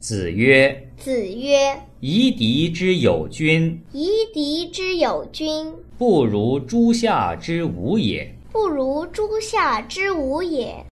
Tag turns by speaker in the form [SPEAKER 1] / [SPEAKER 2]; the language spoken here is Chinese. [SPEAKER 1] 子曰
[SPEAKER 2] 子曰：“
[SPEAKER 1] 夷狄之有君，：“
[SPEAKER 2] 夷狄之有君，
[SPEAKER 1] 不如诸夏之无也。”
[SPEAKER 2] 不如诸夏之无也。”